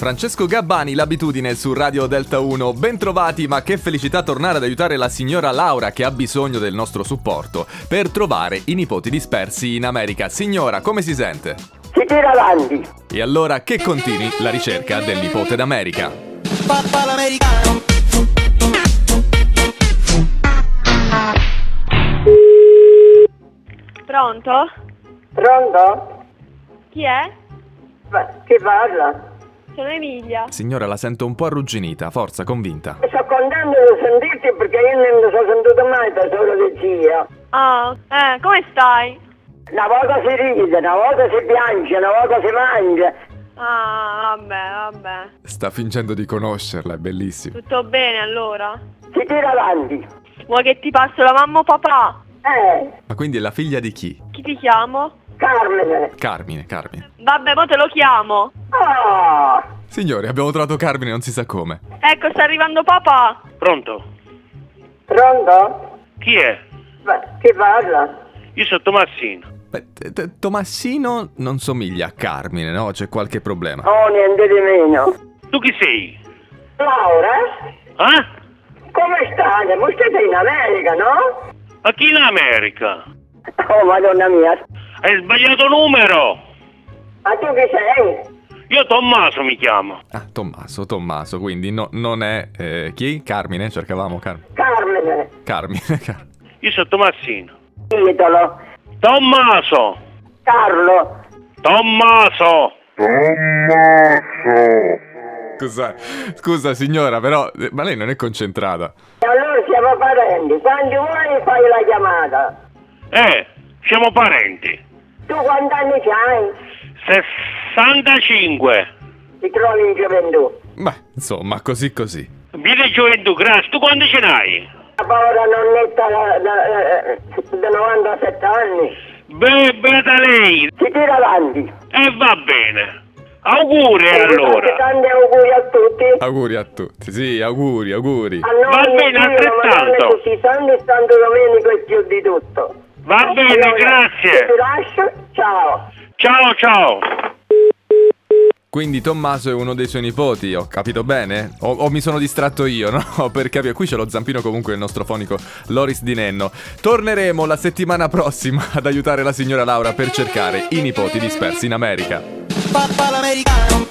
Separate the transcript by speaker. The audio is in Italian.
Speaker 1: Francesco Gabbani, l'abitudine su Radio Delta 1. Bentrovati, ma che felicità tornare ad aiutare la signora Laura che ha bisogno del nostro supporto per trovare i nipoti dispersi in America. Signora, come si sente?
Speaker 2: Si tira avanti.
Speaker 1: E allora che continui la ricerca del nipote d'America.
Speaker 3: Papà l'americano.
Speaker 4: Pronto?
Speaker 2: Pronto?
Speaker 4: Chi è?
Speaker 2: Ma- Chi parla?
Speaker 4: Sono Emilia.
Speaker 1: Signora, la sento un po' arrugginita, forza, convinta.
Speaker 2: Sono contento di sentirti perché io non mi sono sentito mai da solo di zia.
Speaker 4: Ah, eh, come stai?
Speaker 2: Una volta si ride, una volta si piange, una volta si mangia.
Speaker 4: Ah, vabbè, vabbè.
Speaker 1: Sta fingendo di conoscerla, è bellissimo.
Speaker 4: Tutto bene allora?
Speaker 2: Si tira avanti.
Speaker 4: Vuoi che ti passo la mamma o papà?
Speaker 2: Eh,
Speaker 1: Ma quindi è la figlia di chi?
Speaker 4: Chi ti chiamo?
Speaker 2: Carmine.
Speaker 1: Carmine, Carmine.
Speaker 4: Vabbè, poi te lo chiamo.
Speaker 2: Ah,
Speaker 1: Signori, abbiamo trovato Carmine, non si sa come.
Speaker 4: Ecco, sta arrivando papà.
Speaker 5: Pronto?
Speaker 2: pronto?
Speaker 5: Chi è?
Speaker 2: Ma- Chi parla?
Speaker 5: Io sono Tomassino.
Speaker 1: Beh, t- t- Tomassino non somiglia a Carmine, no? C'è qualche problema.
Speaker 2: Oh, niente di meno.
Speaker 5: Tu chi sei?
Speaker 2: Laura?
Speaker 5: Eh?
Speaker 2: Come state? Voi siete in America, no?
Speaker 5: Ma chi in America?
Speaker 2: Oh, madonna mia.
Speaker 5: Hai sbagliato numero!
Speaker 2: Ma tu chi sei?
Speaker 5: Io Tommaso mi chiamo.
Speaker 1: Ah, Tommaso, Tommaso, quindi no- non è... eh, chi? Carmine? Cercavamo Car-
Speaker 2: Carmine.
Speaker 1: Carmine. Car-
Speaker 5: Io sono Tomassino.
Speaker 2: Titolo.
Speaker 5: Tommaso!
Speaker 2: Carlo.
Speaker 5: Tommaso!
Speaker 1: Scusa, scusa signora, però... eh, Ma lei non è concentrata.
Speaker 2: E allora siamo parenti. Quando vuoi fai la chiamata.
Speaker 5: Eh, siamo parenti.
Speaker 2: Tu quanti anni hai?
Speaker 5: 65.
Speaker 2: Ti trovi in gioventù.
Speaker 1: Beh, insomma, così così.
Speaker 5: Viene gioventù, grazie. Tu quando ce n'hai?
Speaker 2: La povera nonnetta da, da- da 97 anni.
Speaker 5: Beh, beata lei.
Speaker 2: Si tira avanti.
Speaker 5: E va bene. Auguri
Speaker 2: E vi faccio
Speaker 5: allora.
Speaker 2: Tanti auguri a tutti.
Speaker 1: Auguri a tutti, sì, auguri, auguri.
Speaker 2: A nonni,
Speaker 5: Va bene,
Speaker 2: a zio, a
Speaker 5: altrettanto.
Speaker 2: madonna, tutti i santi, e Santo Domenico e più di tutto.
Speaker 5: Va bene,
Speaker 2: Allora,
Speaker 5: grazie.
Speaker 2: Ti lascio, ciao.
Speaker 5: Ciao, ciao.
Speaker 1: Quindi Tommaso è uno dei suoi nipoti, ho capito bene? O, o mi sono distratto io, no? Per capire, qui c'è lo zampino comunque il nostro fonico Loris Di Nenno. Torneremo la settimana prossima ad aiutare la signora Laura per cercare i nipoti dispersi in America.
Speaker 3: Papà l'americano.